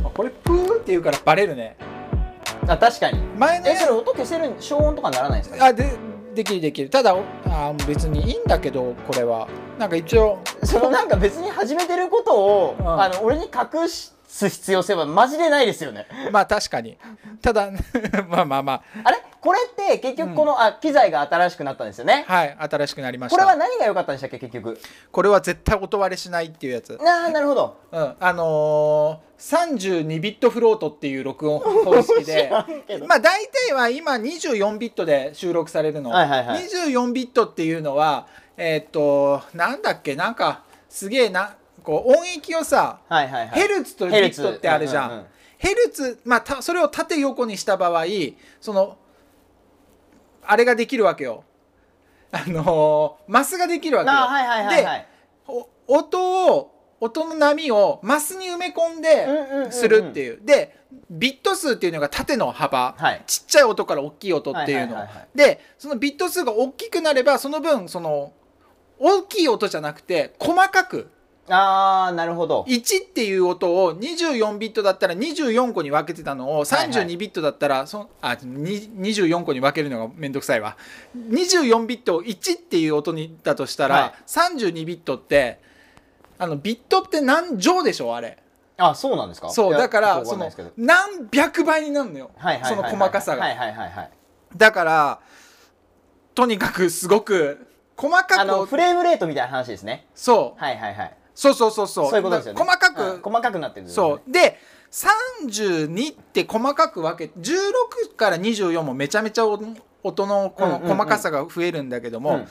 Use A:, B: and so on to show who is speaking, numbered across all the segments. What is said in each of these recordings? A: って言うからバレるね
B: あ確かに
A: 前の
B: え
A: や
B: それ音消せる消音とかならないんですか
A: あでできるできるただあ別にいいんだけどこれはなんか一応
B: そのなんか別に始めてることを、
A: うん
B: あの俺に隠す必要性はマジでないですよね
A: まあ確かにただ まあまあま
B: あれこれって結局この、あ機材が新しくなったんですよね
A: あはい新しくなりました
B: これは何が良かったんでしたっけ結局
A: これは絶対音割れしないっていうやつ
B: ああなるほど
A: うん、あのー、32ビットフロートっていう録音方式 でまあ大体は今24ビットで収録されるの、
B: はいはいはい
A: 24ビットっていうのはえーっとなんだっけなんかすげえなこう音域をさ、
B: はいはいはい
A: ヘルツとビットってあるじゃん。
B: ヘルツうんうんう
A: ヘル
B: ん
A: ツ、まあ、たそれを縦横にした場合そのあれができるわけよ。あのーマスができるわけよ。
B: あはいはいはいはい
A: お音を音の波をマスに埋め込ん
B: うんうんうんうん
A: で、するっていう。でビット数っていうのが縦の幅、
B: はい
A: ちっちゃい音から大きい音っていうの、
B: はいはいはいはい
A: でそのビット数が大きくなればその分その大きい音じゃなくて細かく
B: ああなるほど
A: 1っていう音を24ビットだったら24個に分けてたのを
B: はいはい
A: 32ビットだったらそあに24個に分けるのがめんどくさいわ24ビットを1っていう音にだとしたら、
B: はい
A: 32ビットってあのビットって何乗でしょあれ
B: あそうなんですか
A: そう
B: いや
A: だか
B: よ
A: ら
B: くわ
A: そ
B: んな
A: の
B: いですけど
A: 何百倍になるのよ
B: はいはい
A: そ
B: はい
A: の
B: はい
A: 細かさ
B: はい
A: が
B: はいはいはい
A: だからとにかくすごく細
B: あ
A: か
B: の
A: く
B: フレームレートみたいな話ですね
A: そう
B: はいはいはい
A: そうそうそうそう
B: そういうことですよね
A: だから細か
B: うん
A: く
B: 細かくなってる
A: そうで32って細かく分けて16から24もめちゃめちゃ音音のこ
B: う
A: の
B: んうんうん
A: 細かさが増えるんだけども、
B: うん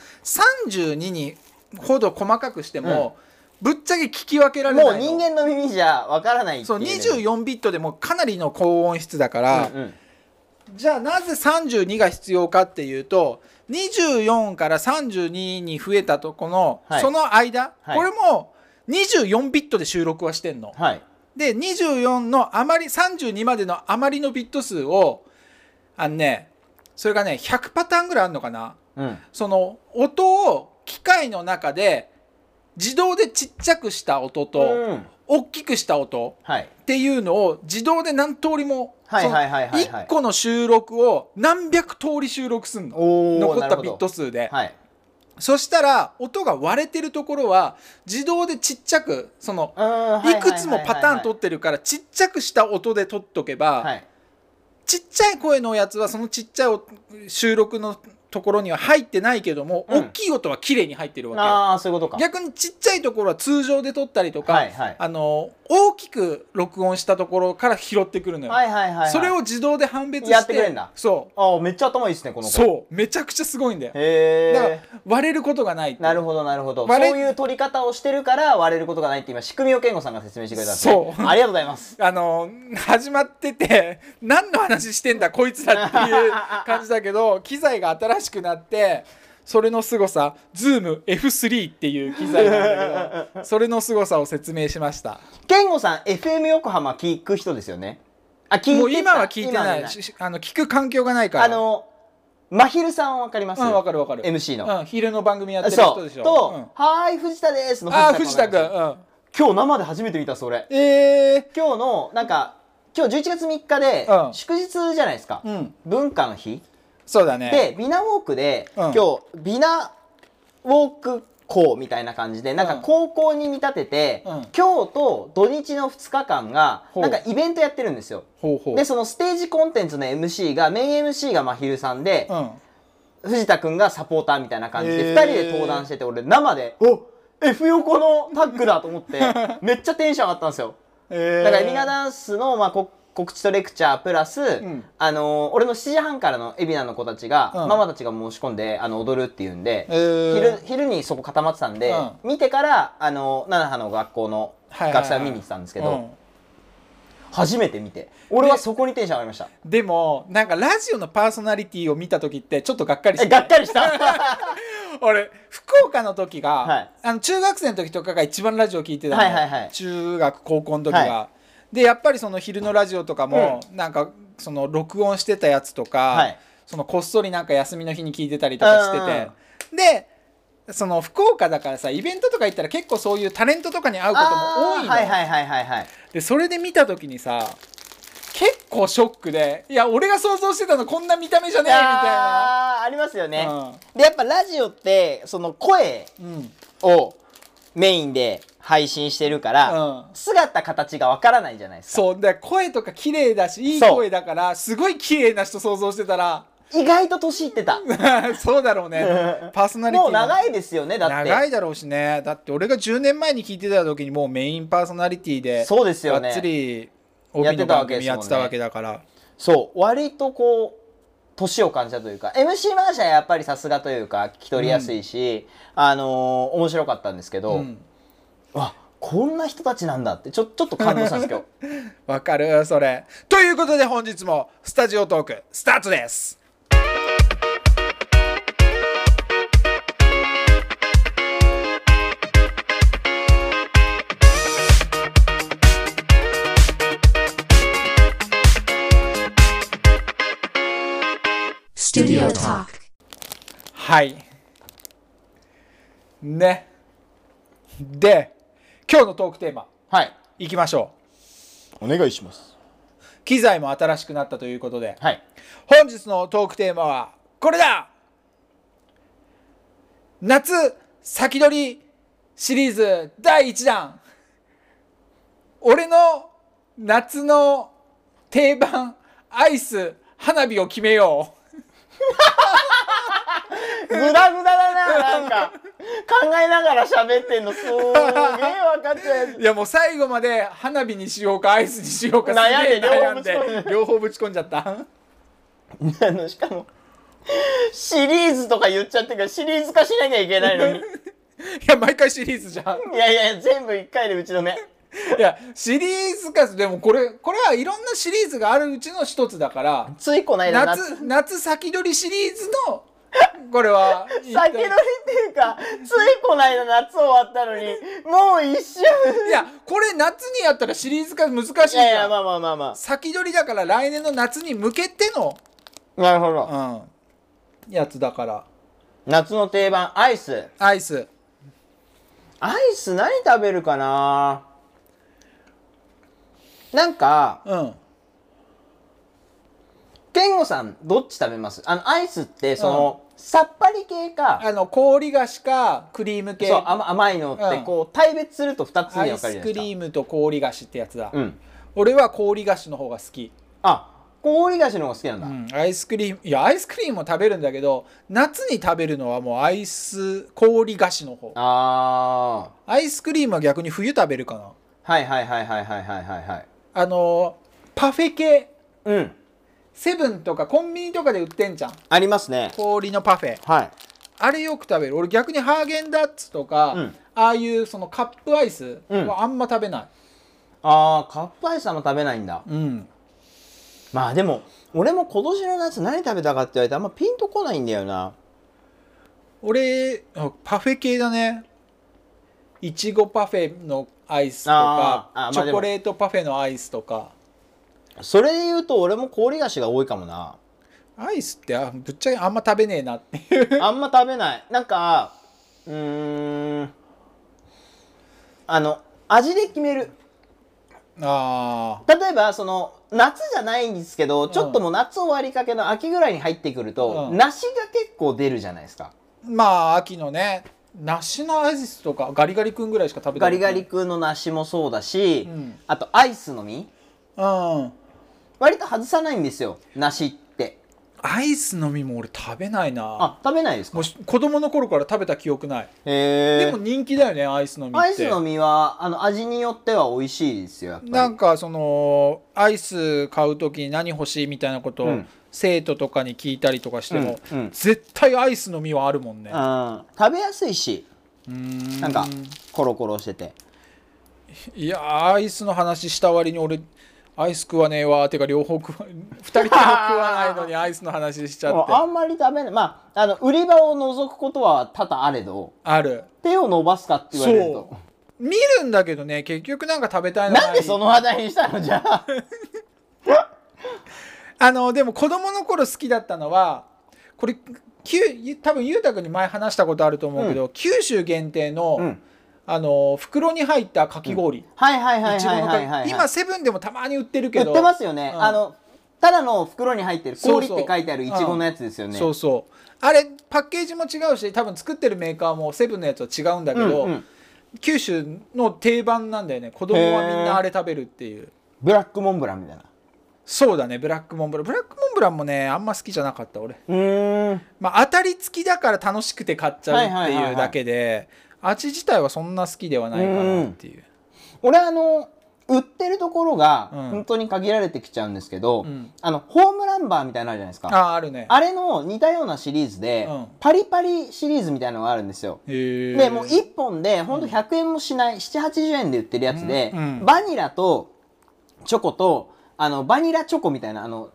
A: 32にほど細かくしても、ぶっちゃけ聞き分けられない
B: もう
A: の
B: 人間の耳じゃわからないってい
A: そう
B: ね
A: 24ビットでもかなりの高音質だから、
B: うんうん
A: じゃあなぜ32が必要かっていうと24から32に増えたとこの、
B: はい
A: その間、
B: はい
A: これも24ビットで収録はしてんの。
B: はい
A: で24のあまり32までのあまりのビット数をあのねそれがね100パターンぐらいあるのかな
B: うん
A: その音を機械の中で自動でちっちゃくした音と
B: うん
A: 大きくした音
B: はい
A: っていうのを自動で何通りも
B: はいはいはいはいはい
A: 1個の収録を何百通り収録すんの
B: おー
A: 残っ
B: なる
A: た
B: ほ
A: ビ
B: ど
A: ット数で。
B: はい
A: そしたら音が割れてるところは自動でちっちゃくその
B: うん
A: いくつもパターン取ってるからちっちゃくした音で取っとけば、
B: はい
A: ちっちゃい声のやつはそのちっちゃいお収録のところには入ってないけども、
B: うん
A: 大きい音は綺麗に入ってるわ
B: ああそういうこと
A: け
B: か
A: 逆にちっちゃいところは通常で撮ったりとか、
B: はいはい
A: あの大きく録音したところから拾ってくるのよ、
B: はいはいはいはい
A: それを自動で判別して
B: やってくれんだ
A: そ
B: ああめっちゃ頭いいですねこ
A: う
B: の子
A: そうめちゃくちゃすごいんだよ
B: へ
A: だから
B: え
A: 割れることがないっていう
B: なるほどなるほどそう
A: 割れ
B: いう取り方をしてるから割れることがないって今仕組みを健吾さんが説明してくれたんです
A: そ
B: ね
A: う
B: ありがとうございます
A: あの始まってて何の話してんだこいつらっていう感じだけ ど機材が新しくなってそれの凄さ ZoomF3 っていう機材なんだけどそれの凄さを説明しました
B: 健吾さん FM 横浜聞く人ですよねあ聞いてた
A: もう今は聞いて
B: 今は
A: ないししあの聞く環境がないから
B: あのまひるさんわかります
A: うんわかるわかる
B: MC の
A: うん、昼の番組やってる
B: そ
A: 人
B: う
A: でしょ
B: と、
A: うん
B: はーい藤田ですの
A: ああ藤田
B: 君
A: 君、うん、
B: 今日生で初めて見たそれ
A: え
B: 今日のなんか今日11月3日で
A: うん
B: 祝日じゃないですか、
A: ー、うん
B: 文化の日
A: そうだね
B: でビナウォークで、
A: うん
B: 今日ビナウォーク校みたいな感じでなんか
A: うん
B: 高校に見立てて、
A: うん
B: 今日と土日の2日間が
A: ほう
B: なんかイベントやってるんですよ
A: ほうほう
B: でそのステージコンテンツの MC がメイン MC がまひるさんで、
A: うん
B: 藤田君がサポーターみたいな感じで
A: へー
B: 2人で登壇してて俺生で「お F 横のタッグだ!」と思って めっちゃテンション上がったんですよ。
A: えー、
B: だからエビナダンスの、まあ、こ告知とレクチャープラス、
A: ん
B: あのー俺の7時半からのエビナの子たちが、
A: うん
B: ママたちが申し込んであの踊るっていうんで、
A: えー
B: 昼昼にそこ固まってたんで、
A: う
B: 見てからあのー奈良の学校の
A: はいはいはい
B: 学生を見に行ってたんですけど、
A: うん
B: 初めて見て俺はそこにテンション上がりました。
A: でもなんかラジオのパーソナリティを見た時ってちょっとがっかりし
B: え
A: て
B: がっかりした は
A: 俺福岡の時が、
B: はい
A: あの中学生の時とかが一番ラジオ聞いてたの、
B: はいはいはい
A: 中学高校の時が、
B: は
A: でやっぱりその昼のラジオとかも、なんかその録音してたやつとか、
B: はい
A: そのこっそりなんか休みの日に聞いてたりとかしてて、でその福岡だからさイベントとか行ったら結構そういうタレントとかに会うことも多いの
B: あーはいはいはいはいはい
A: でそれで見た時にさ結構ショックでいや俺が想像してたのこんな見た目じゃねえみた
B: あーありますよね、
A: う
B: でやっぱラジオってその声
A: いな、うん、
B: をメインで配信してるから、
A: うん
B: 姿形がわからないじゃないですか
A: そうで声とか綺麗だしいい
B: そう
A: 声だからすごい綺麗な人想像してたら
B: 意外と年いってた
A: そうだろう ねパーソナリティ
B: もう
A: い
B: 長いですよねだって
A: 長いだろうしねだって俺が10年前に聞いてた時にもうメインパーソナリティで
B: そうですよね
A: がっつり
B: やっ
A: 帯
B: て
A: の
B: たわ
A: 番
B: けですも
A: 組や
B: んね
A: ってたわけだから
B: そう割とこう年を感じたというか MC マーシャはやっぱりさすがというか聞き取りやすいし、あのー面白かったんですけど、
A: うん
B: あこんな人たちなんだってちょちょっと感動したん です今日
A: わかるそれということで本日もスタジオトークスタートですはいねで今日のトークテーマ
B: はい
A: いきましょ
B: お願いします
A: う機材も新しくなったということで
B: はい
A: 本日のトークテーマはこれだ夏先取りシリーズ第1弾俺の夏の定番アイス花火を決めよ
B: グダグダだななんか考えながら喋ってんのすーげえ分かっちゃうや
A: ういやもう最後まで花火にしようかアイスにしようか
B: 悩んです
A: げえ悩ん
B: 両方ぶち込
A: で両方ぶち込
B: ん
A: んじゃった
B: つあのしかもシリーズとか言っちゃってるからシリーズ化しなきゃいけないのに
A: いや毎回シリーズじゃん
B: いやいやいや全部1回で打ち止め
A: いやシリーズかでもこれこれはいろんなシリーズがあるうちの一つだから
B: ついこの間
A: 夏夏先取りシリーズのこれ は
B: 先取りっていうかついこの間夏終わったのにもう一瞬
A: いやこれ夏にやったらシリーズ化難しい
B: い
A: じゃん
B: やいやまあまあまあま
A: 先取りだから来年の夏に向けての、
B: あなるほど
A: うん、やつだから
B: 夏の定番アイス
A: アイス
B: アイス何食べるかななんか
A: うん
B: 健吾さんどっち食べますあのアイスってその、さっぱり系か
A: あの氷菓子かクリーム系
B: そう甘甘いのって
A: うん
B: こう、対別すると2つ
A: ア
B: に
A: イ
B: 分かる
A: ス
B: じゃない
A: ク
B: です
A: リームと氷菓子ってやつだ、
B: かうん
A: 俺は氷菓子の方が好き
B: あ氷菓子の方が好きなんだ、
A: うん、アイスクリームいやアイスクリームも食べるんだけど夏に食べるのはもうアイス氷菓子の方
B: あ
A: アイスクリームは逆に冬食べるかな
B: ーはいはいはいはいはいはいはいはい
A: あのーパフェ系
B: うん
A: セブンとかコンビニとかで売ってんじゃん
B: ありますね
A: 氷のパフェ
B: はい
A: あれよく食べる俺逆にハーゲンダッツとか、
B: うん
A: ああいうそのカップアイス
B: うん
A: はあんま食べない、
B: あーカップアイスあんま食べないんだ
A: うん、
B: まあでも俺も今年の夏何食べたかって言われてあんまピンとこないんだよな
A: 俺あパフェ系だねいちごパフェのアイスと
B: あ
A: か
B: ーあーまあ
A: チ
B: で
A: ョ
B: も
A: コレートパフェのアイスとか
B: それで言うと俺も氷菓子が多いかもな
A: アイスってあぶっちゃけあんま食べねえなっていう
B: あんま食べないなんかうーんあの味で決める
A: あ
B: 例えばその夏じゃないんですけどちょっともう夏終わりかけの秋ぐらいに入ってくると、
A: うん
B: 梨が結構出るじゃないですか
A: ーまあ秋のね梨のアイスとかガリガリ君ぐらいしか食べたこと
B: ガリ
A: な
B: ガ
A: い
B: リ君の梨もそうだし、
A: うん
B: あとアイスの実
A: うん
B: 割と外さないんですよ梨って
A: アイスの実も俺食べないな
B: あ食べないですか
A: もうし子供の頃から食べた記憶ないで
B: へ
A: も人気だよねアイスの実って
B: アイスの実はあの味によっては美味しいですよやっ
A: な
B: ぱり
A: んかそのアイス買う時に何欲しいみたいなこと
B: う
A: を
B: ん
A: 生徒とかに聞いたりとかしても、
B: うんうん
A: 絶対アイスの実はあるもんね
B: うん食べやすいし
A: うん
B: なんかコロコロしてて
A: いやーアイスの話した割に俺アイス食わねえわーてか両方食わ 二人とも食わないのにアイスの話しちゃ
B: も
A: っ
B: う あ
A: て
B: んまり食べないまああの売り場を除くことは多々あれど
A: ある
B: 手を伸ばすかって言われると
A: そう見るんだけどね結局なんか食べたいのが
B: なんでその話題にしたのじゃ あ
A: あのでも子供の頃好きだったのはこれきゅう多分ゆうたくんに前話したことあると思うけど、九州限定の、
B: うん
A: あの袋に入ったかき氷、
B: はいはいはい
A: いちご
B: はい
A: の
B: は
A: か
B: いはい
A: き今セブンでもたまに売ってるけ
B: 売
A: ど
B: ってますよね、
A: うん
B: あのただの袋に入ってる
A: そう
B: 氷
A: そ
B: っ
A: う
B: て書いてあるいちごのやつですよね
A: そうそうあれパッケージも違うし多分作ってるメーカーもセブンのやつは違うんだけど、
B: うんうん
A: 九州の定番なんだよね子供はみんなあれ食べるっていう
B: ブラックモンブランみたいな
A: そうだねブラックモンブランブラックモンブランもねあんま好きじゃなかった俺
B: うーん
A: まあ当たり付きだから楽しくて買っちゃう
B: は
A: っ
B: いはい
A: て
B: はいいうはい
A: だけで味自体はそんな好きではないかなっていう
B: 俺あの売ってるところが
A: うん
B: 本当に限られてきちゃうんですけど、
A: うん
B: あのホームランバーみたいなのあるじゃないですか
A: あああるね
B: あれの似たようなシリーズで、
A: うん
B: パリパリシリーズみたいなのがあるんですよ
A: へえ
B: でもう1本でほんと100円もしない、780円で売ってるやつで、
A: うんうん
B: バニラとチョコとあのバニラチョコみたいなあの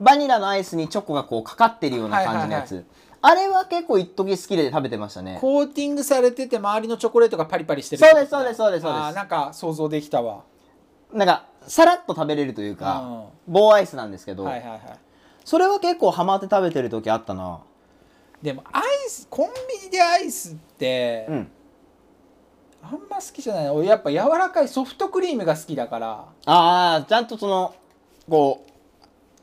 B: バニラのアイスにチョコがこうかかってるような感じのやつ、あれは結構一時好きで食べてましたね
A: コーティングされてて周りのチョコレートがパリパリしてる
B: そうですそうですそうですそうです
A: ああなんか想像できたわ
B: なんかさらっと食べれるというか、
A: う
B: 棒アイスなんですけど、
A: んはいはいはい
B: それは結構ハマって食べてる時あったな
A: でもアイスコンビニでアイスって、
B: うん
A: あんま好きじゃないな俺やっぱ柔らかいソフトクリームが好きだから
B: ああちゃんとそのこ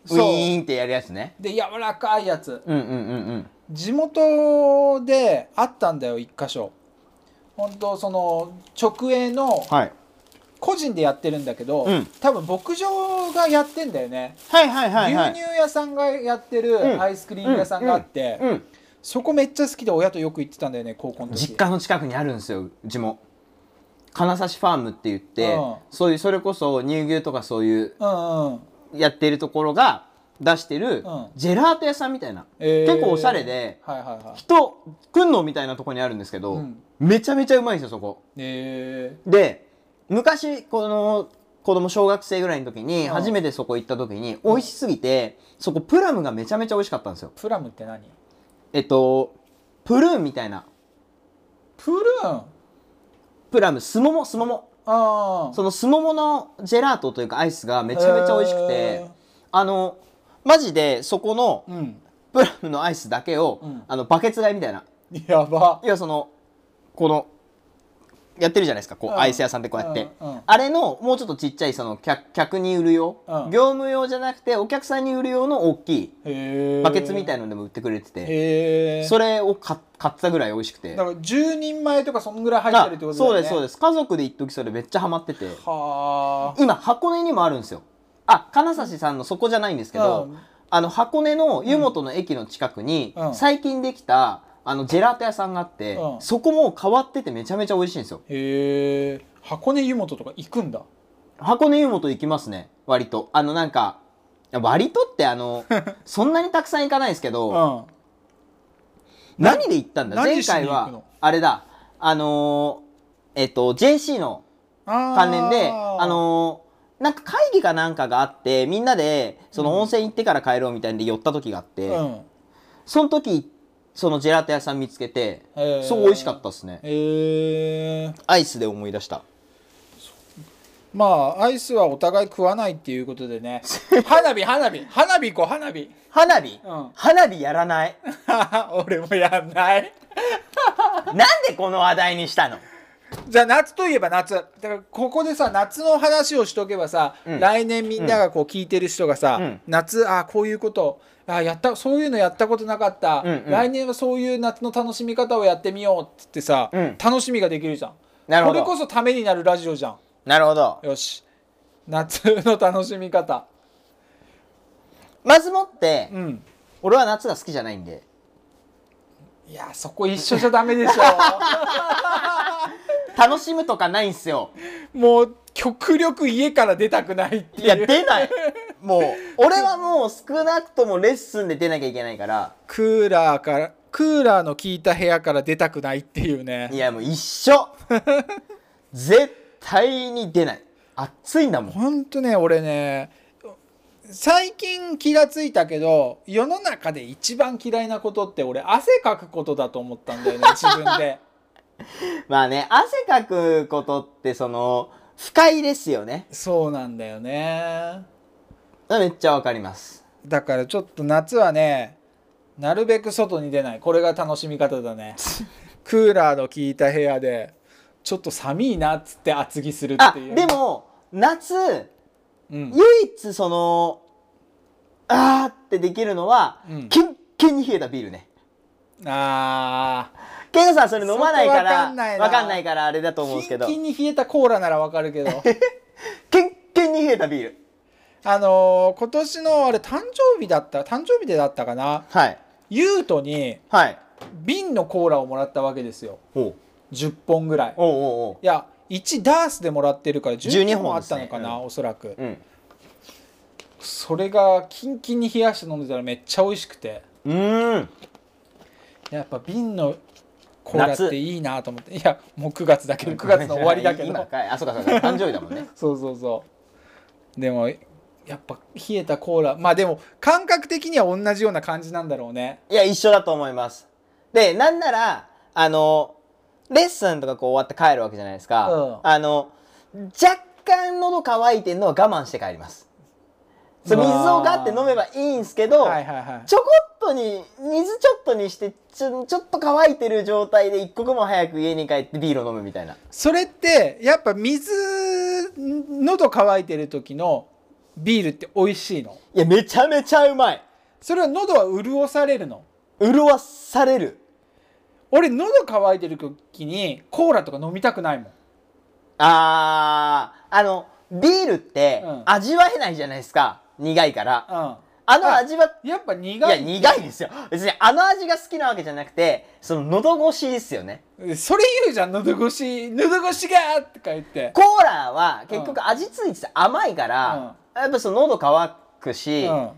B: うウィ
A: そう
B: ーンってやるやつね
A: で柔らかいやつ
B: うんうんうんうん
A: 地元であったんだよ一箇所本当その直営の
B: はい
A: 個人でやってるんだけど、
B: うん
A: 多分牧場がやってんだよね、
B: はいはいはいはい
A: 牛乳屋さんがやってる
B: ん
A: アイスクリーム屋さんがあって、
B: うん、
A: そこめっちゃ好きで親とよく行ってたんだよね高校の時
B: 実家の近くにあるんですようちも金指ファームって言って、
A: うん
B: そういうそれこそ乳牛とかそういう
A: うんうん
B: やってるところが出してる
A: うん
B: ジェラート屋さんみたいな、
A: えー
B: 結構おしゃれで
A: はいはいはい
B: 人来んのみたいなとこにあるんですけど、
A: うん
B: めちゃめちゃうまいんですよそこ
A: え
B: で昔この子供小学生ぐらいの時に
A: うん
B: 初めてそこ行った時に美味しすぎてそこプラムがめちゃめちゃ美味しかったんですよ
A: ー、プラムって何
B: えっとプルーンみたいな
A: プルーン
B: プラムスモモスモモ
A: ああ
B: そのすもものジェラートというかアイスがめちゃめちゃ美味しくて、
A: へー
B: あのマジでそこの
A: うん
B: プラムのアイスだけを、
A: うん
B: あのバケツ買いみたいな
A: やば
B: 要はそのこのやってるじゃないですかこう、
A: うん
B: アイス屋さんでこうやって、
A: うんうん
B: あれのもうちょっとちっちゃいその客客に売る用、
A: うん
B: 業務用じゃなくてお客さんに売る用の大きい
A: へえ
B: バケツみた
A: い
B: いのでも売ってくれてて、
A: へえ
B: それを買買ってたぐらい美味しくて
A: だから10人前とかそんぐらい入ってるってことだ
B: そ
A: よ
B: う
A: ね
B: ですそうです家族で一時それめっちゃハマってて
A: はあ
B: 今箱根にもあるんですよあ金指さんのそこじゃないんですけど、
A: うん
B: あの箱根の湯本の駅の近くに
A: うん
B: 最近できたあのジェラート屋さんがあって、
A: うん
B: そこも変わっててめちゃめちゃ美味しいんですよ
A: へえ箱根湯本とか行くんだ
B: 箱根湯本行きますね割とあのなんか割とってあ のそんなにたくさん行かないですけど、
A: うん
B: 何で行ったんだ
A: 何
B: 前
A: しに
B: 回
A: 行く
B: は
A: の
B: あれだあのーえっと JC の関
A: 関
B: 連であのーなんか会議かなんかがあってみんなでその温泉行ってから帰ろうみたいんで寄った時があって、
A: うん
B: その時そのジェラート屋さん見つけて、
A: へー
B: すごい美味しかったですね
A: へえ
B: アイスで思い出した
A: まあアイスはお互い食わないっていうことで ね花火花火花火行こう花火
B: 花火、
A: うん
B: 花火やらない
A: 俺もやんない
B: なんでこの話題にしたの
A: じゃあ夏といえば夏だからここでさ夏の話をしとけばさ、
B: うん
A: 来年みんながこう聞いてる人がさ、
B: うん
A: 夏あこういうことあやったそういうのやったことなかった、
B: うんうん
A: 来年はそういう夏の楽しみ方をやってみようっつってさ、
B: うん
A: 楽しみができるじゃん
B: なるほど
A: これこそためになるラジオじゃん
B: なるほど
A: よし夏の楽しみ方
B: まずもって、
A: うん
B: 俺は夏が好きじゃないんで
A: いやそこ一緒じゃダメでし
B: 楽しむとかないんすよ
A: ょもう極力家から出たくないって
B: い
A: い
B: や
A: う
B: 出ないもう俺はもう少なくともレッスンで出なきゃいけないから
A: クーラーからクーラーの効いた部屋から出たくないっていうね
B: いやもう一緒 絶対に出ない暑いんだもん
A: ほんとね俺ね最近気がついたけど世の中で一番嫌いなことって俺汗かくことだと思ったんだよ ね自分で
B: まあね汗かくことってその不快ですよね
A: そうなんだよね
B: めっちゃわかります
A: だからちょっと夏はね なるべく外に出ないこれが楽しみ方だねクーラーの効いた部屋でちょっと寒いなっつって厚着するっ
B: あ
A: ていう
B: で、も夏
A: うん、
B: 唯一そのあーってできるのは、
A: うん
B: キンキンに冷えたビールね
A: ああ
B: ケンゴさんそれ飲まないか
A: そ
B: ら
A: こわ
B: わ
A: かんないな
B: かんないからあれだと思うんで
A: キ
B: すけ
A: ン
B: ど
A: キンに冷えたコーラならわかるけど
B: キンキンに冷えたビール
A: あのー今年のあれ誕生日だった誕生日でだったかな
B: はい
A: ユウトに
B: はい
A: 瓶のコーラをもらったわけですよ
B: おう
A: 10本ぐらい
B: おうおう
A: いや1ダースでもらってるから12
B: 12
A: 本
B: 本
A: あ
B: で
A: っ
B: す
A: た
B: ね
A: のかな、
B: う
A: おそらく
B: おううん
A: それがキンキンに冷やして飲んでたらめっちゃ美味しくて
B: うーん
A: やっぱ瓶のコーラっ
B: 夏
A: ていいなと思っていやもう9月だけど9月の終わりだけ
B: 今
A: ど
B: かい あそうかそうか誕生日だもんね
A: そうそうそうでもやっぱ冷えたコーラまあでも感覚的には同じような感じなんだろうね
B: いや一緒だと思いますでなんならあのレッスンとかこう終わって帰るわけじゃないですか、
A: うん
B: あの若干喉乾いてんのは我慢して帰りますそう水をガって飲めばいいんすけど、
A: はいはいはい
B: ちょこっとに水ちょっとにしてちょちょっと乾いてる状態で一刻も早く家に帰ってビールを飲むみたいな
A: それってやっぱ水喉乾いてる時のビールって美味しいの
B: いやめちゃめちゃうまい
A: それは喉は潤されるの
B: 潤わされる
A: 俺喉乾いてる時にコーラとか飲みたくないもん
B: あーあのビールって
A: うん
B: 味わえないじゃないですか、苦いから
A: う
B: あの味は
A: んやっぱ苦い
B: いや苦いですよ別にあの味が好きなわけじゃなくてその喉越しですよね
A: それ言うじゃん喉越し喉越しがーとか言って
B: コーラは結局味ついてて甘いから、やっぱその喉乾くし、
A: うん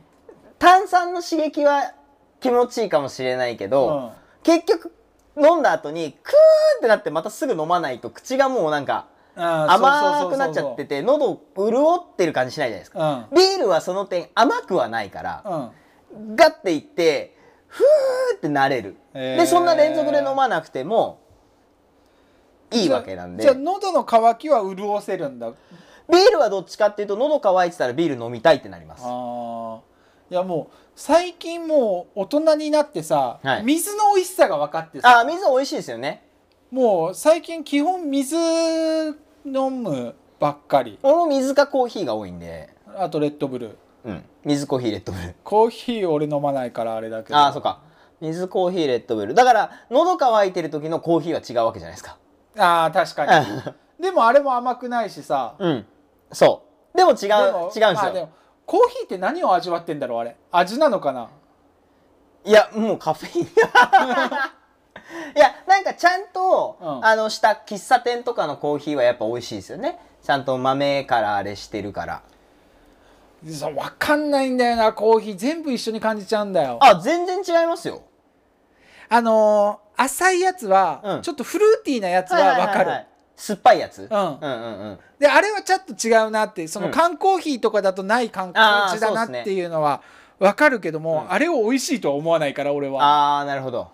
B: 炭酸の刺激は気持ちいいかもしれないけど、結局飲んだ後にクーってなってまたすぐ飲まないと口がもうなんか甘くなっちゃってて喉潤ってる感じしないじゃないですか
A: うんうん
B: ビールはその点甘くはないから
A: うん
B: ガッていってふーってなれる
A: へー
B: でそんな連続で飲まなくてもいいわけなんで
A: じゃあ
B: ビ
A: 喉の渇きは潤せるんだ
B: ールはどっちかっていうと喉乾いてたらビール飲みたいってなります
A: あーいやもう最近もう大人になってさ、
B: はい
A: 水の美味しさが分かって
B: あ
A: さ
B: ー水美味しいですよね
A: もう最近基本水飲むばっかり
B: 俺も水かコーヒーが多いんで
A: あとレッドブルー
B: うん水コーヒーレッドブル
A: コーヒー俺飲まない からあれだけど
B: ああ、そうか。水、コーヒー、レッドブル。だから、喉乾いてる時のコーヒーは違うわけじゃないですか。
A: あー確かにでもあれも甘くないしさ
B: うん。そう。でも違う、違
A: で
B: うん
A: も
B: ですよ。
A: あでもコーヒーって何を味わってんだろうあれ味なのかない
B: や、もうカフ ェイン。いや、なんかちゃんと、
A: うん
B: あの、した喫茶店とかのコーヒーはやっぱ美味しいですよね。ちゃんと豆からあれしてるから。
A: そう分かんないんだよなコーヒー全部一緒に感じちゃうんだよ
B: あ、全然違いますよ。
A: あのー浅いやつは、
B: うん
A: ちょっとフルーティーなやつは分かる、
B: いい。酸っぱいやつ、うん、
A: うん
B: うんうんうん
A: であれはちょっと違うなってそうの
B: ん
A: 缶コーヒーとかだとない感
B: あー
A: じだな
B: そうっすね
A: っていうのは分かるけども、
B: うん
A: あれを美味しいとは思わないから俺は
B: ああ、なるほど。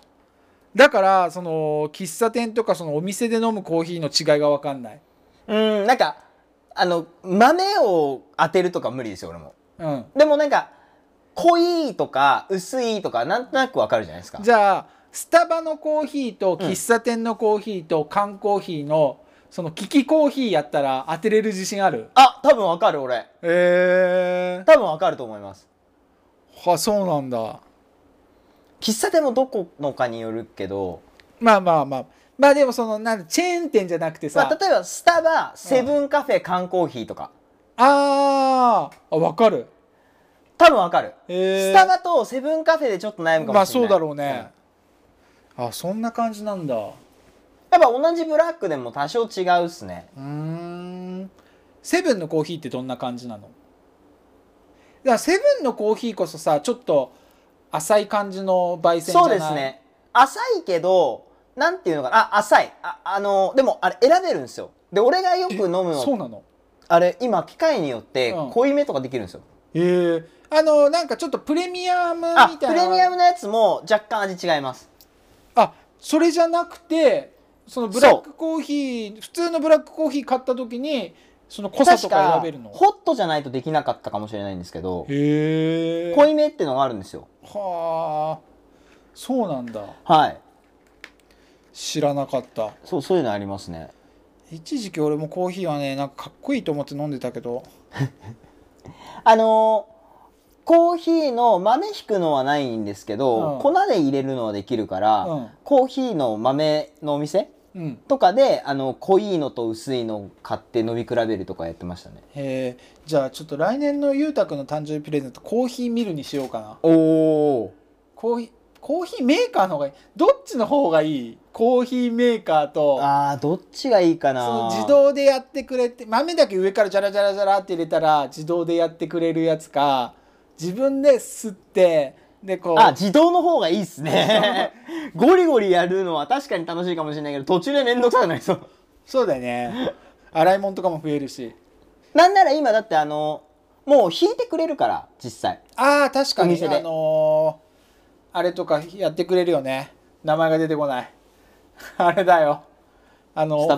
A: だからその喫茶店とかそのお店で飲むコーヒーの違いが分かんない
B: うん、なんか、あの、豆を当てるとか無理ですよ、俺も。
A: うん
B: でもなんか濃いとか薄いとかなんとなくわかるじゃないですか
A: じゃあスタバのコーヒーと
B: うん
A: 喫茶店のコーヒーと缶コーヒーのその利きコーヒーやったら当てれる自信ある
B: あ多分わかる俺
A: え
B: 多分わかると思います
A: ー、はそうなんだ
B: 喫茶店もどこのかによるけど、
A: まあまあまあまあでもそのなんチェーン店じゃなくてさ、
B: まあ、例えばスタバセブンカフェ缶コーヒーとか
A: あーあわかる、
B: 多分わかる、
A: えー、
B: スタバとセブンカフェでちょっと悩むか
A: ま
B: も
A: あ
B: しれ
A: そ
B: な
A: う
B: い
A: だろうね、あそんな感じなんだう
B: うんやっぱ同じブラックでも多少違うっすね
A: ーんセブンのコーヒーってどんな感じなのだからセブンのコーヒーこそさちょっと浅い感じの焙煎じゃない
B: そうですね浅いけどなんていうのかなあ浅いああのでもあれ選べるんですよで俺がよく飲む
A: そう
B: の
A: なの
B: あれ今機械によって
A: うん
B: 濃いめとかできるんですよ、
A: ええあのなんかちょっとプレミアムみた
B: あ
A: い
B: プ
A: な
B: レミアムのやつも若干味違います
A: あそれじゃなくてそのブラックコーヒー普通のブラックコーヒー買った時にその濃さと
B: 確
A: か
B: か
A: 選べるの
B: ホットじゃないとできなかったかもしれないんですけど
A: へえ
B: 濃いめってのがあるんですよ
A: はあそうなんだ
B: はい
A: 知らなかった
B: そうそういうのありますね
A: 一時期俺もコーヒーはねなんかかっこいいと思って飲んでたけど
B: あのーコーヒーの豆引くのはないんですけど、
A: うん
B: 粉で入れるのはできるから、
A: うん
B: コーヒーの豆のお店
A: うん
B: とかであの濃いのと薄いのを買って飲み比べるとかやってましたね
A: へえじゃあちょっと来年のゆうたくんの誕生日プレゼントコーヒーミルにしようかな
B: おお
A: コーヒーコーヒーメーカーの方がいいどっちの方がいいコーヒーメーカーと
B: あーどっちがいいかな
A: その自動でやってくれて豆だけ上からジャラジャラジャラって入れたら自動でやってくれるやつか自分で吸ってでこう
B: あ自動の方がいいっすね ゴリゴリやるのは確かに楽しいかもしれないけど途中で面倒くさくなりそう
A: そうだよね洗い物とかも増えるし
B: なんなら今だってあのもう引いてくれるから実際
A: ああ確か
B: お
A: に
B: 店で
A: あのーあれとかやってくれるよね名前が出てこない あれだよあの
B: スタ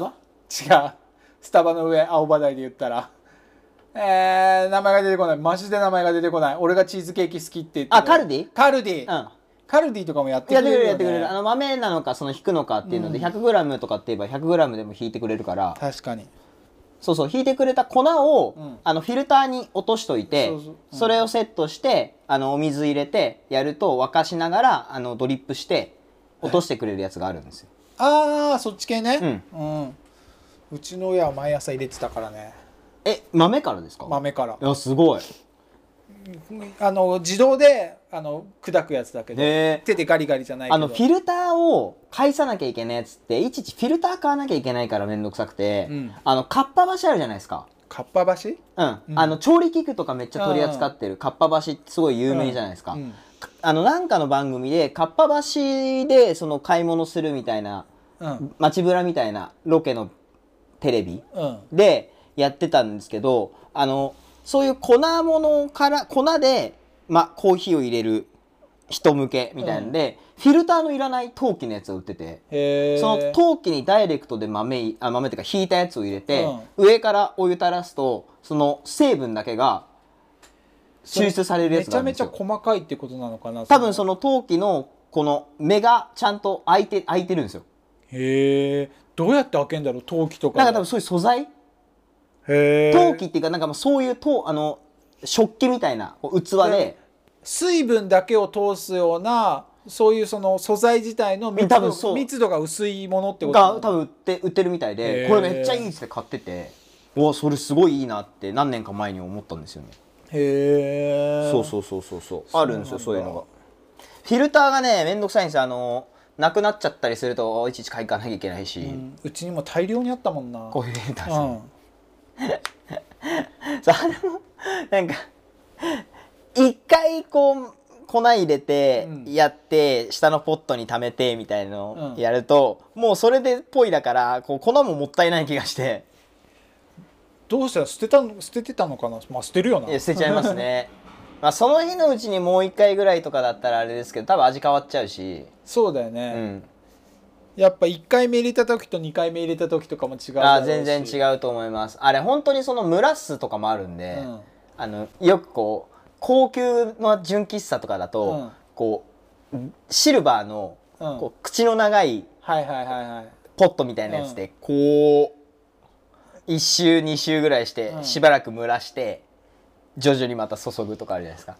B: バ
A: 違うスタバの上青葉台で言ったらえー、名前が出てこないマジで名前が出てこない俺がチーズケーキ好きって言ってた
B: あカルディ
A: カルディ、
B: うん
A: カルディとかもやって
B: や
A: く
B: って
A: れ
B: く
A: る
B: れ
A: よ、
B: る
A: ね、
B: やってくれるあの豆なのかその引くのかっていうので 100g とかって言えば 100g でも引いてくれるから
A: 確かに
B: そうそう引いてくれた粉を、
A: うん
B: あのフィルターに落としといて
A: そ
B: そう
A: そううん
B: れをセットしてあのお水入れてやると沸かしながらあのドリップして落としてくれるやつがあるんですよ
A: ああそっち系ねうん、うちの親は毎朝入れてたからね
B: え豆からですか
A: 豆から
B: いやすごい
A: あの自動であの砕くやつだけど
B: へえ
A: 手でガリガリじゃないけど
B: あのフィルターを返さなきゃいけないやつっていちいちフィルター買わなきゃいけないからめんどくさくて、
A: うん
B: あのかっぱ橋あるじゃないですか
A: かっぱ橋
B: うん、
A: うん
B: あの調理器具とかめっちゃ取り扱ってるかっぱ橋ってすごい有名じゃないですか、
A: うん
B: あのなんかの番組でかっぱ橋でその買い物するみたいな
A: うん
B: 街ぶらみたいなロケのテレビ
A: うん
B: でやってたんですけどあのそういう粉物から粉で、ま、コーヒーを入れる人向けみたいなんで、フィルターのいらない陶器のやつを売ってて。
A: へえ
B: その陶器にダイレクトで豆いあ豆っていうか引いたやつを入れて、上からお湯垂らすとその成分だけが抽出されるや
A: め
B: つ
A: ち
B: があ
A: ゃ
B: るん
A: め
B: です
A: ちゃ
B: よ
A: 細かいってことなのかな
B: 多分そ
A: の
B: の陶器のこの目がちゃんと開いて開いてるんですよ
A: へえどうやって開けんだろう陶器とか
B: な
A: で
B: んか多分そういう素材
A: へえ
B: 陶器っていうかなんかまあそういう陶あの食器みたいなこう器で
A: 水分だけを通すようなそういうその素材自体の密
B: 多分そ
A: 度
B: う
A: 密度が薄いものってことな
B: が
A: の
B: 多分売って売ってるみたい
A: へ
B: で
A: ー
B: これめっちゃいいっつって買っててうわそれすごいいいなって何年か前に思ったんですよね
A: へえ
B: そうそうそうそうそう
A: そうな
B: あ
A: んだ
B: るんですよそういうのがフィルターがねめんどくさいんですよあのなくなっちゃったりするといちいち買いに行かなきゃいけないし、
A: うんうちにも大量にあったもんな
B: こういうフィルター
A: う
B: さ、
A: ん
B: そうあれもなんか一回こう粉入れて
A: うん
B: やって、下のポットに溜めてみたいなの
A: うん
B: をやると、もうそれでっぽいだからこう粉ももったいない気がして
A: どうしたら捨てたの捨ててたのかなまあ捨てるよない
B: や捨てちゃいますねまあその日のうちにもう一回ぐらいとかだったらあれですけど多分味変わっちゃうし、
A: そうだよ
B: う
A: ね、
B: ん、
A: やっぱ1回目入れた時と2回目入れた時とかも違うだろうし
B: あー全然違うと思いますあれ本当にその蒸らすとかもあるんで、
A: うん
B: あのよくこう高級の純喫茶とかだと、
A: うん
B: こうシルバーの、
A: うん
B: こう口の長い
A: はいはいはいはい
B: ポットみたいなやつで、こう1周2周ぐらいして、
A: うん
B: しばらく蒸らして徐々にまた注ぐとかあるじゃないですか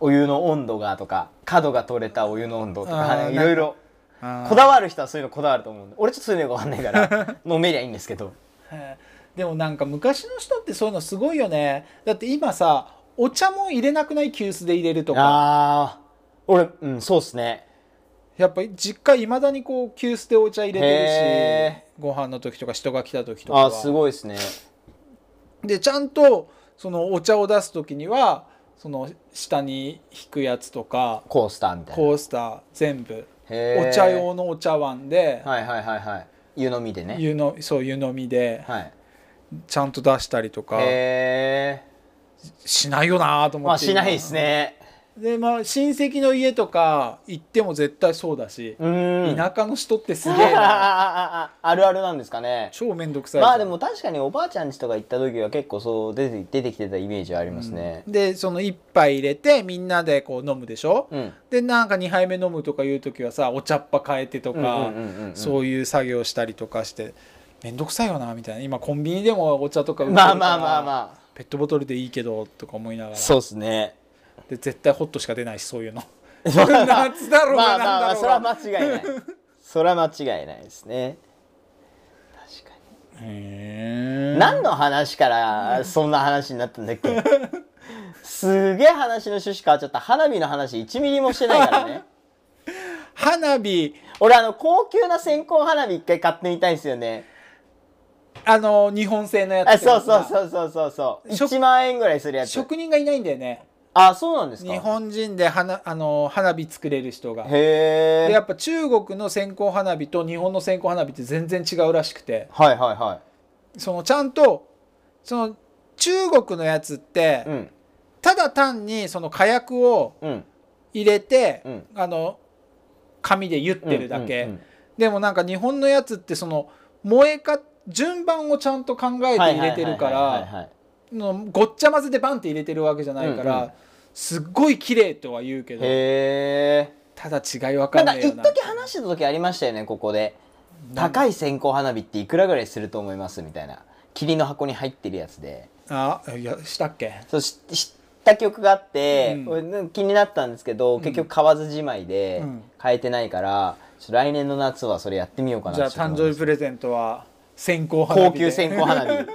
B: お湯の温度がとか角が取れたお湯の温度と
A: あー
B: か
A: なんか
B: いろいろこだわる人はそういうのこだわると思うんで俺ちょっとそういうのよくわかんないから 飲めりゃいいんですけど。
A: へーでもなんか昔の人ってそういうのすごいよねだって今さお茶も入れなくない急須で入れるとか
B: ああ俺うんそうっすね
A: やっぱり実家いまだにこう急須でお茶入れてる
B: へ
A: しご飯の時とか人が来た時とか
B: あ
A: は
B: ーすごいっすね
A: でちゃんとそのお茶を出す時にはその下に引くやつとか
B: コースターみたいな
A: コースター全部
B: へー
A: お茶用のお茶碗で
B: はいはいはいはい湯飲みでね
A: 湯のそう湯飲みで
B: はい
A: ちゃんと出したりとか
B: へえ
A: しないよなと思って、
B: まあしないですね
A: でまあ親戚の家とか行っても絶対そうだし、
B: うーん
A: 田舎の人ってす
B: あ
A: げ
B: ー
A: えな
B: あ ーあーあるあるなんですかね
A: 超面倒くさいじゃん
B: まあでも確かにおばあちゃん家とか行った時は結構そう出て出てきてたイメージはありますね
A: でその一杯入れてみんなでこう飲むでしょ、
B: うん
A: でなんか2杯目飲むとかいう時はさお茶っ葉変えてと
B: うんうん
A: か、
B: うんうんうん
A: そういう作業したりとかして面倒くさいよなみたいな今コンビニでもお茶とか売ってる
B: ま
A: か
B: あ
A: ら
B: まあまあま
A: ペットボトルでいいけどとか思いなが
B: あ
A: ら
B: そうっすね
A: で絶対ホットしか出ないしそう いうの夏だろう
B: ま
A: が
B: あまあま
A: な
B: あ
A: ん
B: それは
A: だろ
B: 間違いないそれは間違いないですね確か
A: うがへ
B: に
A: え
B: 何の話からそんな話になったんだっけすげえ話の趣旨変わっちゃった花火の話1ミリもしてないか らね
A: 花火
B: 俺あの高級な線香花火一回買ってみたいんですよね
A: あの日本製のやつ
B: あそうそう
A: う
B: そうそうそうそう
A: しょ
B: 1万円ぐらいするやつ
A: 職人がいないんだよね
B: あそうなんですか
A: 日本人で花あの花火作れる人が
B: へ
A: で
B: え
A: やっぱ中国の線香花火と日本の線香花火って全然違うらしくて
B: はいはいは
A: そのちゃんとその中国のやつって、
B: いうん
A: ただ単にその火薬を
B: うん
A: 入れて、
B: うん
A: あの紙で言ってるだけ、
B: うんうん
A: でもなんか日本のやつってその燃えか順番をちゃんと考え
B: う
A: て
B: んはい
A: 入れてるか
B: はいはいは
A: ら
B: いはい
A: のごっちゃ混ぜでバンって入れてるわけじゃないから、
B: うんうん
A: すっごい綺麗とは言うけど
B: へえ
A: ただ違い分
B: な
A: か
B: ん
A: ん
B: か
A: ないよ
B: 一
A: な
B: 時話してた時ありましたよねここで高い線香花火っていくらぐらいすると思いますみたいな霧の箱に入ってるやつで
A: あいやしたっけ
B: そうし知った曲があって、
A: うん
B: 俺なんか気になったんですけど、結局買わずじまいで
A: うん
B: 買えてないから、ちょっと来年の夏はそれやってみようかな
A: じゃあ
B: ちょっ
A: 誕
B: と思い
A: 生
B: ま
A: 日
B: す
A: プレゼントは線香花火
B: 高
A: で
B: 級線香花 火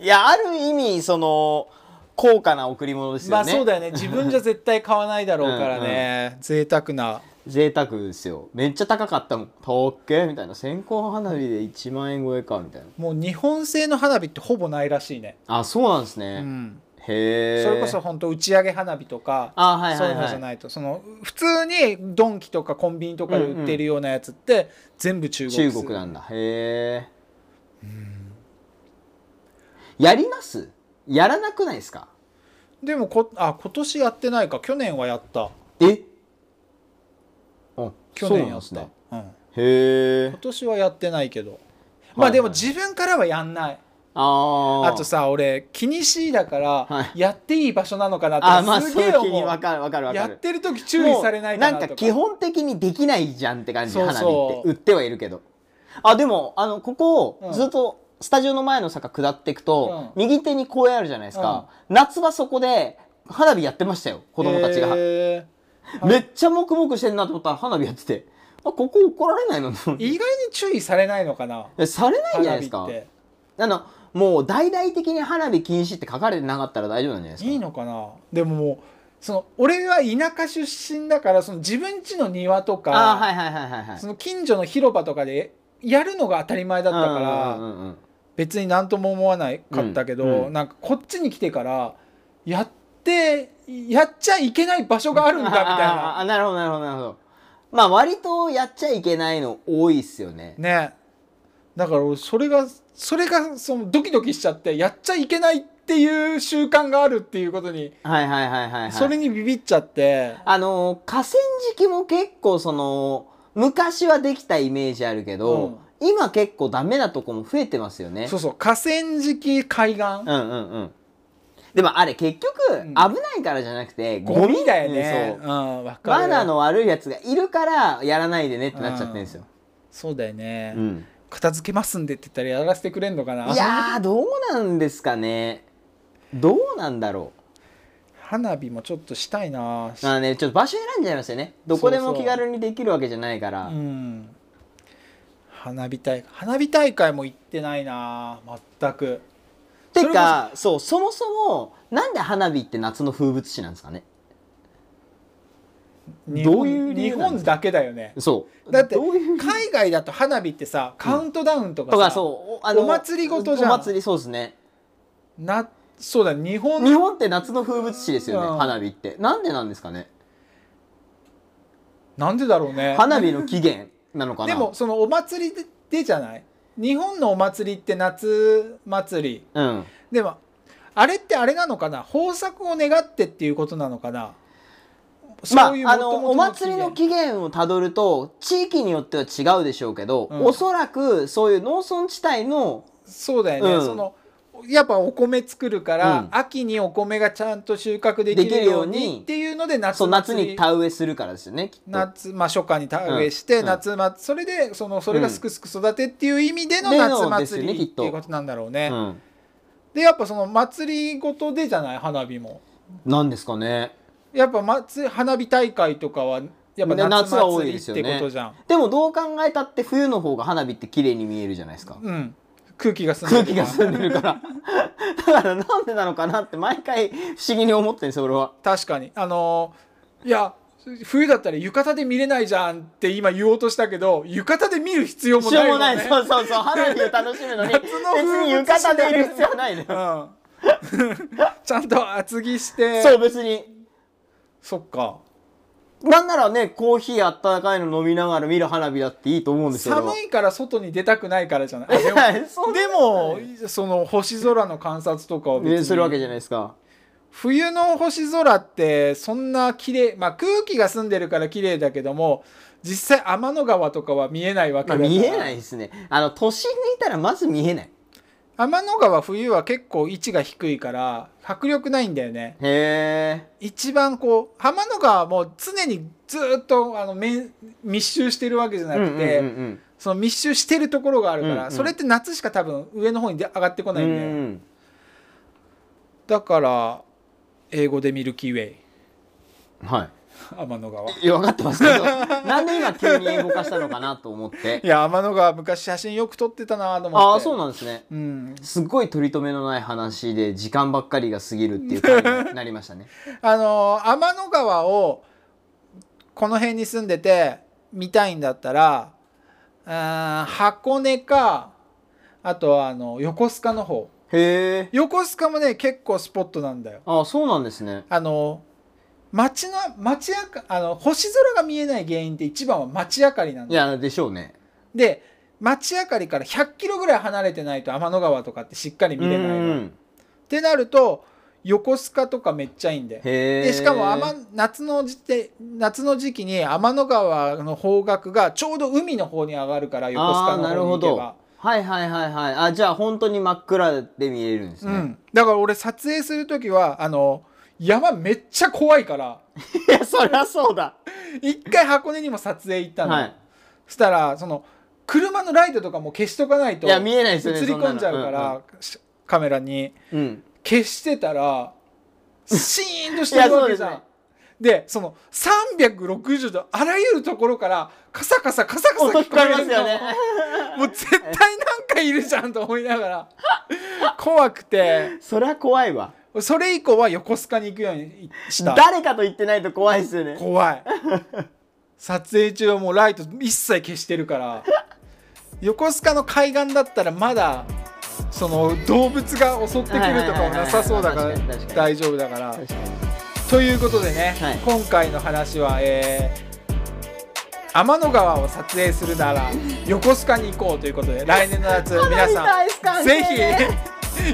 B: いやある意味その高価な贈り物ですよね
A: まあそうだよね自分じゃ絶対買わないだろうからね贅沢な
B: 贅沢ですよめっちゃ高かったもん高っけみたいな線香花火で1万円超えかみたいな
A: もう日本製の花火ってほぼないらしいね、
B: あそうなんです
A: う
B: ね、
A: ん、
B: へえ
A: それこそ本当打ち上げ花火とか
B: あはい
A: そ
B: は
A: うい
B: いう
A: の
B: は
A: じゃ
B: い
A: ないとその普通にドンキとかコンビニとかで売ってるようなやつって全部中国
B: 中国なんだへえ、やりますやらなくないですか
A: でもこあ今年やってないか去年はやった
B: えあ
A: 去
B: そ
A: 年
B: うなん
A: や
B: で
A: っ
B: す
A: た
B: ね
A: うん、
B: へえ
A: 今年はやってないけど
B: はい
A: ま
B: は
A: あ
B: い
A: でも自分からはやんない、
B: ああ
A: あとさ俺気にしいだから、
B: は
A: やっていい場所なのかな
B: あま
A: っ
B: あ
A: てす
B: そう
A: げ
B: い
A: え
B: う気に
A: 思う
B: 分かる分かる分
A: や
B: か
A: っ
B: る
A: てる時注意されないかなと
B: もう
A: か
B: んか基本的にできないじゃんって感じ
A: そうそう
B: 花火って売ってはいるけどあでもあのここ
A: うん
B: ずっとスタジオの前の坂下っていくと、
A: う
B: 右手に公園あるじゃないですか、夏はそこで花火やってましたよ子供たちが、
A: へー
B: めっちゃもくもくしてんなと思ったら花火やっててあここ怒られないの
A: ー意外に注意されないのかな
B: えされないんじゃ
A: 花
B: ないで
A: 火
B: すか
A: って
B: あのもう大々的に花火禁止って書かれてなかったら大丈夫なんじゃないですか
A: いいのかなでももうその俺は田舎出身だからその自分家の庭とか、
B: あーはいはいはいはいはい
A: その近所の広場とかでやるのが当たり前だったから、
B: うんうんうんうん
A: 別に何とも思わないかったけど、
B: うんうん
A: なんかこっちに来てからやってやっちゃいけない場所があ るんだみたい
B: あーあーあー
A: な
B: なるほどなるほどなるほどまあ割とやっちゃいけないの多いっすよね
A: ねだから俺それがそれがそのドキドキしちゃってやっちゃいけないっていう習慣があるっていうことに、
B: はいはいはいはい、はい、
A: それにビビっちゃって
B: あのー河川敷も結構その昔はできたイメージあるけど、今結構ダメなとこも増えてますよね
A: そうそう河川敷海岸、
B: うんうんうんでもあれ結局
A: ん
B: 危ないからじゃなくて、
A: ゴミだよね
B: う。ん
A: う、
B: そうん
A: わか
B: マ
A: る。
B: ナーの悪いやつがいるからやらないでねってなっちゃってるんですよ、
A: そうだよね、
B: うん、
A: 片付けますんでって言ったらやらせてくれんのかな。
B: いやーどうなんですかねどうなんだろう
A: 花火もちょっとしたいな。
B: まあね、ちょっと場所選んじゃいますよね。どこで
A: そ
B: も
A: うそう
B: 気軽にできるわけじゃないから。
A: うん。花火大会花火大会も行ってないな全く
B: てか、そう、そもそも、なんで花火って夏の風物詩なんですかね。
A: 日本
B: どういう理
A: 日
B: 由なんで
A: 本
B: す
A: だけだよね
B: そう。
A: だって
B: どういう。
A: 海外だと花火ってさカウントダウンとか
B: とか、
A: さ、
B: そう、お
A: お祭りごとじゃん
B: お祭り、そうですね。
A: なそうだ日本
B: 日本って夏の風物詩です
A: う
B: よ
A: ん
B: ね、花火って。なんでなんですかね。
A: なんでだろうね
B: 花火の起源なのかな。
A: でも、そのお祭りででじゃない日本のお祭りって夏祭り
B: うん。
A: でもあれってあれなのかな豊作を願ってっていうことなのかな
B: まあ、
A: そういう
B: あ
A: 元々
B: の、お祭りの
A: 起
B: 起源をたどると、地域によっては違うでしょうけど、
A: うん
B: おそらく、そういう農村地帯の、
A: 源そうだよね、
B: うん
A: そのやっぱお米作るから、
B: うん
A: 秋にお米がちゃんと収穫でき
B: でき
A: る
B: る
A: よ
B: よ
A: う
B: うに
A: にっていうので夏
B: そう夏
A: 祭り
B: に田植えするからですよねきっと
A: 夏まあ、初夏に田植えして、
B: うん
A: 夏まそれでそのそれがすくすく育てっていう意味での
B: で
A: 夏
B: のですよ
A: 祭
B: ね
A: り
B: き
A: っ
B: ってと
A: いうことなんだろうね。
B: うん、
A: でやっぱその祭りごとでじゃない花火も。
B: なんですかね
A: やっぱ祭花火大会とかはやっぱ
B: ね
A: 夏
B: 夏は多
A: 祭
B: い
A: り
B: で
A: っ
B: すよ
A: て
B: ね
A: ことじゃん。
B: でもどう考えたって冬の方が花火って綺麗に見えるじゃないですか
A: うん、空気が澄んでる
B: 空気が澄んでるからだからなんでなのかなって毎回不思議に思ってるんですよ俺は
A: 確かにあのーいや冬だったら浴衣で見れないじゃんって今言おうとしたけど浴衣で見る必要も
B: し
A: な
B: ょ
A: いうよ
B: もな
A: ね
B: い、そうそうそう花火を楽しむのに
A: 夏
B: 別
A: の風物詩
B: に浴衣でいる必要はないのよ
A: うん、ちゃん と厚着して
B: そう別に
A: そっか
B: なんならねコーヒーあったかいの飲みながら見る花火だっていいと思うんですよ
A: 寒いから外に出たくないからじゃないあで
B: 俺
A: も
B: は そんな
A: でもその星空の観察とかを
B: ねするわけじゃ
A: ん
B: ないですか
A: 冬の星空ってそんな綺麗まあ空気が澄んでるから綺麗だけども実際天の川とかは見えないわけだ
B: まあ
A: から
B: 見えないですねあの都心にいたらまず見えない
A: 天の川冬は結構位置が低いから迫力ないんだよね
B: へ
A: 一番こう天の川はもう常にずっとあの面密集してるわけじゃな
B: えうんう
A: く
B: んうん
A: て、
B: うん
A: その密集してるところがあるから、
B: うんうん
A: それって夏しか多分上の方にで上がってこ
B: う
A: ないんだよ、
B: ん
A: だから英語でミルキーウェイ
B: は
A: 天の川い
B: いいや分かってますけどなんで今急に英語化したのかなと思って
A: や天の川昔写真よく撮ってたなと思って
B: ああそうなんですね
A: うん、
B: すっごい取り留めのない話で時間ばっかりが過ぎるっていう感じになりましたね
A: あのー天の川をこの辺に住んでて見たいんだったらあー箱根かあとはあの横須賀の方
B: へえ
A: 横須賀もね結構スポットなんだよ
B: ああそうなんですね
A: あの街の街あかあの星空が見えない原因って一番は街明かりなん
B: い
A: だよ
B: やでしょうね
A: で街明かりから100キロぐらい離れてないと天の川とかってしっかり見れないの
B: う
A: っ
B: ん
A: てなると横須賀とかめっちゃいいんだよ
B: へえ
A: でしかも天夏の時点夏の時期に天の川の方角がちょうど海の方に上がるから横須賀の
B: あーなる
A: 方に行
B: ほ
A: け
B: ど
A: ば、
B: はいはいはいはいあじゃあ本当に真っ暗で見えるんです
A: う
B: ね、
A: ん、だから俺撮影する時はあの山めっちゃ怖いから
B: いやそりゃそうだ
A: 一回箱根にも撮影行ったの、
B: はい
A: そしたらその車のライトとかも消しとかないと
B: いや見えないですよね
A: 映り込んじゃうか
B: そんなの
A: ら、しカメラに
B: うん
A: 消してたらシーンとしてるわけじゃん。
B: いや
A: でその360度あらゆるところからカサカサカサカサ
B: 音
A: 聞
B: 聞
A: こ
B: こ
A: え
B: えま
A: る
B: す
A: の
B: よね
A: もう絶対なんかいるじゃんと思いながら怖くて
B: そりゃ怖いわ
A: それ以降は横須賀に行くようにした
B: 誰かと言ってないと怖いですよね
A: 怖い撮影中はもうライト一切消してるから横須賀の海岸だったらまだその動物が襲ってくるとかもなさそうだか
B: はい
A: ら
B: はいはいはい確かに確かに
A: 大丈夫だから
B: 確かに
A: ということでね、
B: はい
A: 今回の話は、えー天の川を撮影するなら横須賀に行こうということで来年の 夏皆
B: 花火大好
A: さん
B: き
A: ぜ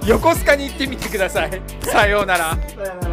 A: ひ横須賀に行ってみてください。さようなら。
B: さよなら